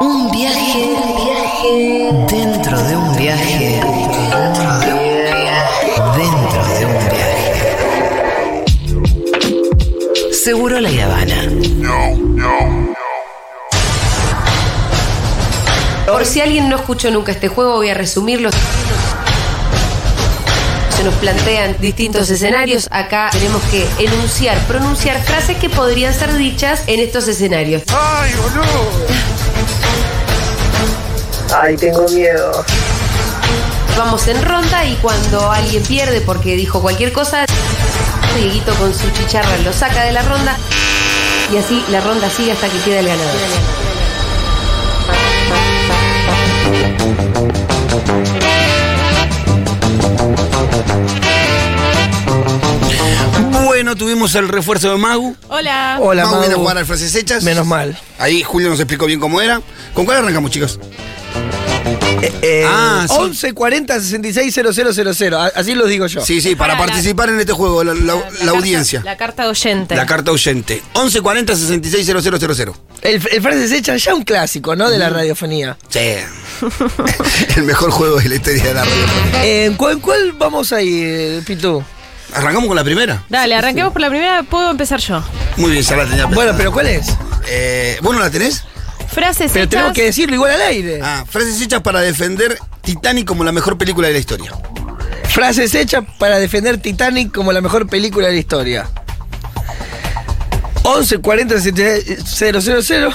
Un viaje, viaje dentro de un viaje, dentro de un viaje, dentro de un viaje. Seguro la Habana. Por si alguien no escuchó nunca este juego, voy a resumirlo. Se nos plantean distintos escenarios. Acá tenemos que enunciar, pronunciar frases que podrían ser dichas en estos escenarios. ¡Ay, boludo! Ay, tengo miedo. Vamos en ronda y cuando alguien pierde porque dijo cualquier cosa, Dieguito con su chicharra lo saca de la ronda y así la ronda sigue hasta que queda el ganador. Bueno, tuvimos el refuerzo de Magu. Hola, Hola. Hola, Mau viene a Mau. jugar al frases hechas. Menos mal. Ahí Julio nos explicó bien cómo era. ¿Con cuál arrancamos, chicos? Ah, ah, sí. 1140 660000. A- Así los digo yo. Sí, sí, para Pará, la- participar en este juego, la, la- la carta- audiencia. La carta de oyente. La, carta oyente. 1140 660000. El, el frases hechas ya un clásico, ¿no? De la radiofonía. Sí. el mejor juego de la historia de la radio. Eh, ¿En cuál, cuál vamos ahí, eh, Pitu? Arrancamos con la primera. Dale, arranquemos por la primera. Puedo empezar yo. Muy bien, ya la tenía. Bueno, pensada. pero ¿cuál es? Eh, ¿Vos no la tenés? Frases Pero hechas. tenemos que decirlo igual al aire. Ah, frases hechas para defender Titanic como la mejor película de la historia. Frases hechas para defender Titanic como la mejor película de la historia. 1140 660000.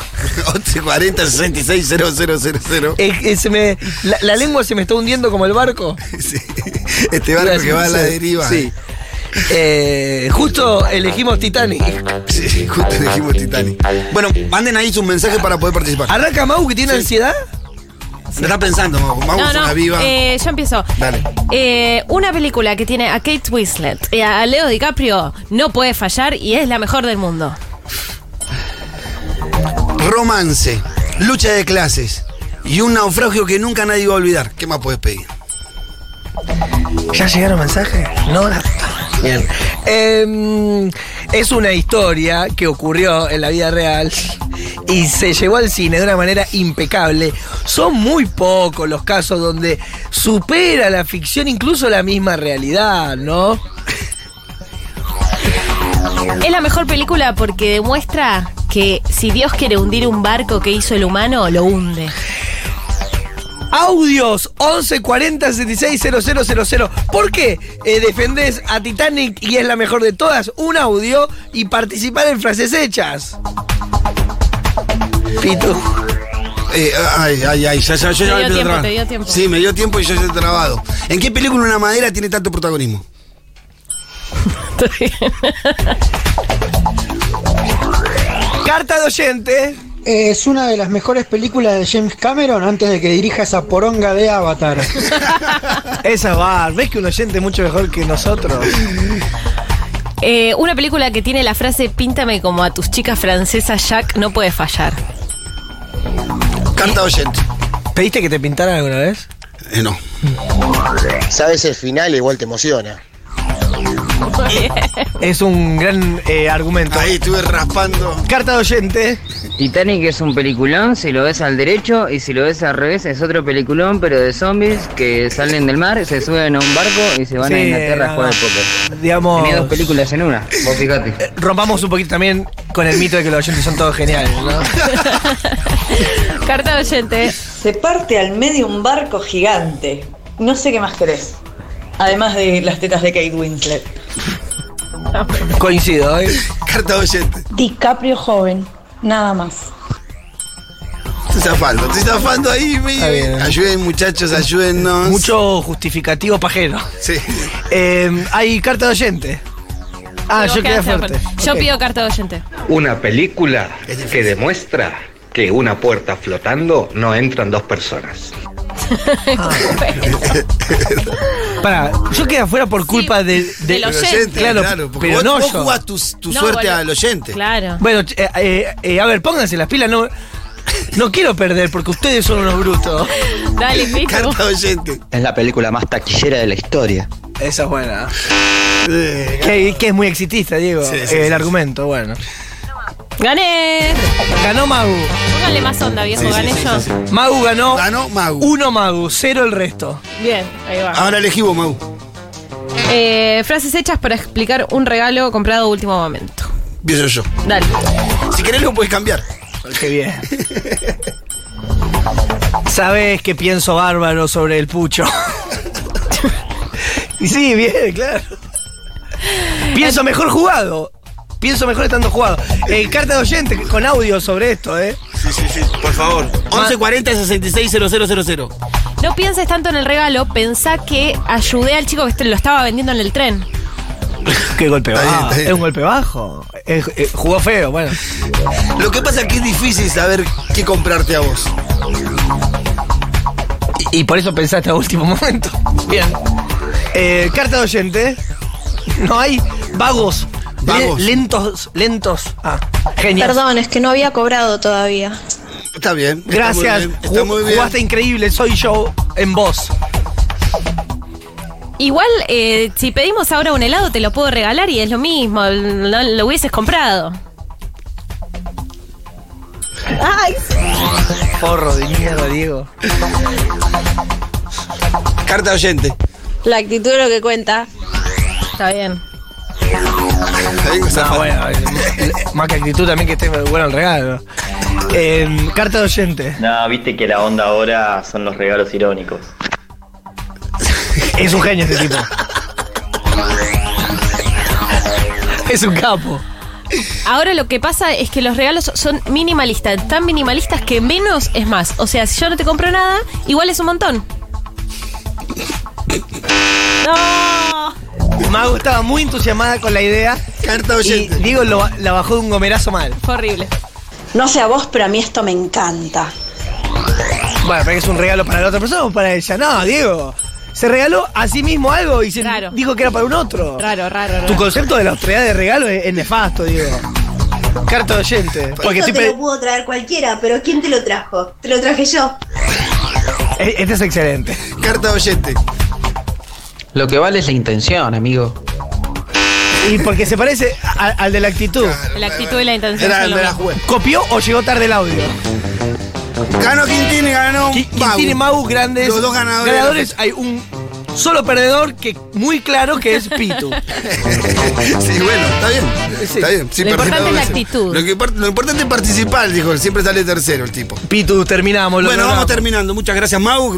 1140 660000. Eh, eh, se me- la, la lengua se me está hundiendo como el barco. Sí. Este barco que va a la deriva. Sí. Eh, justo elegimos Titanic. Sí, justo elegimos Titanic. Bueno, manden ahí sus mensajes para poder participar. Ah, ¿Arranca Mau que tiene ansiedad? ¿Lo estás pensando, Mau? Mau No, es una no. viva. eh, yo empiezo. Dale. Eh, una película que tiene a Kate Winslet y a Leo DiCaprio no puede fallar y es la mejor del mundo. Romance, lucha de clases y un naufragio que nunca nadie va a olvidar. ¿Qué más puedes pedir? ¿Ya llegaron mensajes? No, la- Bien. Eh, es una historia que ocurrió en la vida real y se llevó al cine de una manera impecable. Son muy pocos los casos donde supera la ficción incluso la misma realidad, ¿no? Es la mejor película porque demuestra que si Dios quiere hundir un barco que hizo el humano, lo hunde. Audios 1140 660000. ¿Por qué eh, defendés a Titanic y es la mejor de todas? Un audio y participar en frases hechas. Pitu. Eh, ay, ay, ay, ya, ya, ya, ya Te dio me tiempo, trabado. te dio tiempo. Sí, me dio tiempo y yo ya he trabado. ¿En qué película una madera tiene tanto protagonismo? Carta de oyente. Es una de las mejores películas de James Cameron antes de que dirija esa poronga de Avatar. Esa va, ves que un oyente es mucho mejor que nosotros. Eh, una película que tiene la frase píntame como a tus chicas francesas Jack no puede fallar. Carta oyente. ¿Pediste que te pintaran alguna vez? Eh, no. Sabes el final, igual te emociona. Es un gran eh, argumento. Ahí estuve raspando. Carta de oyente. Titanic es un peliculón, si lo ves al derecho y si lo ves al revés es otro peliculón, pero de zombies que salen del mar, se suben a un barco y se van a Sí, Inglaterra no, Oh. a jugar al no. póker. Digamos, Tenía dos películas en una, vos fijate. rompamos un poquito también con el mito de que los oyentes son todos geniales, ¿no? Carta de oyente. Se parte al medio un barco gigante. No sé qué más querés. Además de las tetas de Kate Winslet. Coincido, ¿eh? Carta oyente. DiCaprio joven. Nada más. Estoy zafando, estoy zafando ahí. me- Está bien. Ayuden, muchachos, ayúdennos. Mucho justificativo pajero. Sí. Eh, hay carta de oyente. Ah, Vos yo quedé quedaste fuerte. fuerte. Yo Ok. pido carta de oyente. Una película Es difícil. que demuestra que una puerta flotando no entran dos personas. Pará, yo quedé afuera por culpa de, de- del oyente. Claro, porque pero vos, no vos yo. jugás tu, tu No, suerte boludo. al oyente. Claro. Bueno, ch- eh, eh, eh, a ver, pónganse las pilas, no. No quiero perder porque ustedes son unos brutos. Dale, Pitu. Carta oyente. Es la película más taquillera de la historia. Esa es buena. Eh, Que, que es muy exitista, Diego. Sí, sí, el sí, argumento, bueno. ¡Gané! Ganó Magu. Póngale más onda, viejo. gané yo. Magu ganó. Ganó Magu. Uno Magu, cero el resto. Bien, ahí va. Ahora elegí vos, Mau. Eh, frases hechas para explicar un regalo comprado de último momento. Empiezo yo. Dale. Si querés lo puedes cambiar. Qué bien. Sabes que pienso bárbaro sobre el pucho. y sí, bien, claro. Pienso mejor jugado. Pienso mejor estando jugado. Eh, carta de oyente con audio sobre esto, ¿eh? Sí, sí, sí, por favor. 1140 660000. No pienses tanto en el regalo, pensá que ayudé al chico que este- lo estaba vendiendo en el tren. Qué golpe Está bien, bajo. está bien. Ah, Es un golpe bajo. Es- eh, jugó feo, bueno. Lo que pasa es que es difícil saber qué comprarte a vos. Y, y por eso pensaste a último momento. Bien. Eh, carta de oyente. No hay vagos. Vagos. Le- lentos, lentos. Ah, genial. Perdón, es que no había cobrado todavía. Está bien. está Gracias. muy bien, Está Ju- muy bien. Jugaste increíble, soy yo en voz. Igual, eh, si pedimos ahora un helado, te lo puedo regalar y es lo mismo. no lo hubieses comprado. Ay, Porro de mierda, Diego. Carta de oyente. la actitud es lo que cuenta. Está bien. Está bien, No, zafá. Ah, bueno, eh, más que actitud también que esté bueno el regalo. Eh, carta de oyente. No, viste que la onda ahora son los regalos irónicos. Es un genio este tipo. Es un capo. Ahora lo que pasa es que los regalos son minimalistas, tan minimalistas que menos es más. O sea, si yo no te compro nada, igual es un montón. ¡No! Mago estaba muy entusiasmada con la idea. Carta de Y oyente. Diego lo- la bajó de un gomerazo mal. Fue horrible. No sé a vos, pero a mí esto me encanta. Bueno, pero es un regalo para la otra persona o para ella. No, Diego. Se regaló a sí mismo algo y se Raro. dijo que era para un otro. Raro, raro, Tu raro. concepto de la austeridad de regalo es, es nefasto, Diego. Carta de oyente. Porque Esto siempre. te lo pudo traer cualquiera, pero ¿quién te lo trajo? Te lo traje yo. E- Este es excelente. Carta de oyente. Lo que vale es la intención, amigo. Y porque se parece a- al de la actitud. La actitud y la intención Era, son lo me la mismo. jugué. ¿Copió o llegó tarde el audio? Ganó Quintín y ganó Qui- Magu. Quintín y Mau, grandes. Los dos ganadores. Ganadores, hay un solo perdedor que muy claro que es Pitu. sí, bueno, está bien. Está bien. Sí, participó Lo importante es la dos veces. actitud. Lo, que import- lo importante es participar, dijo. Siempre sale tercero el tipo. Pitu, terminamos. lo Bueno, vamos logramos. terminando. Muchas gracias, Mau.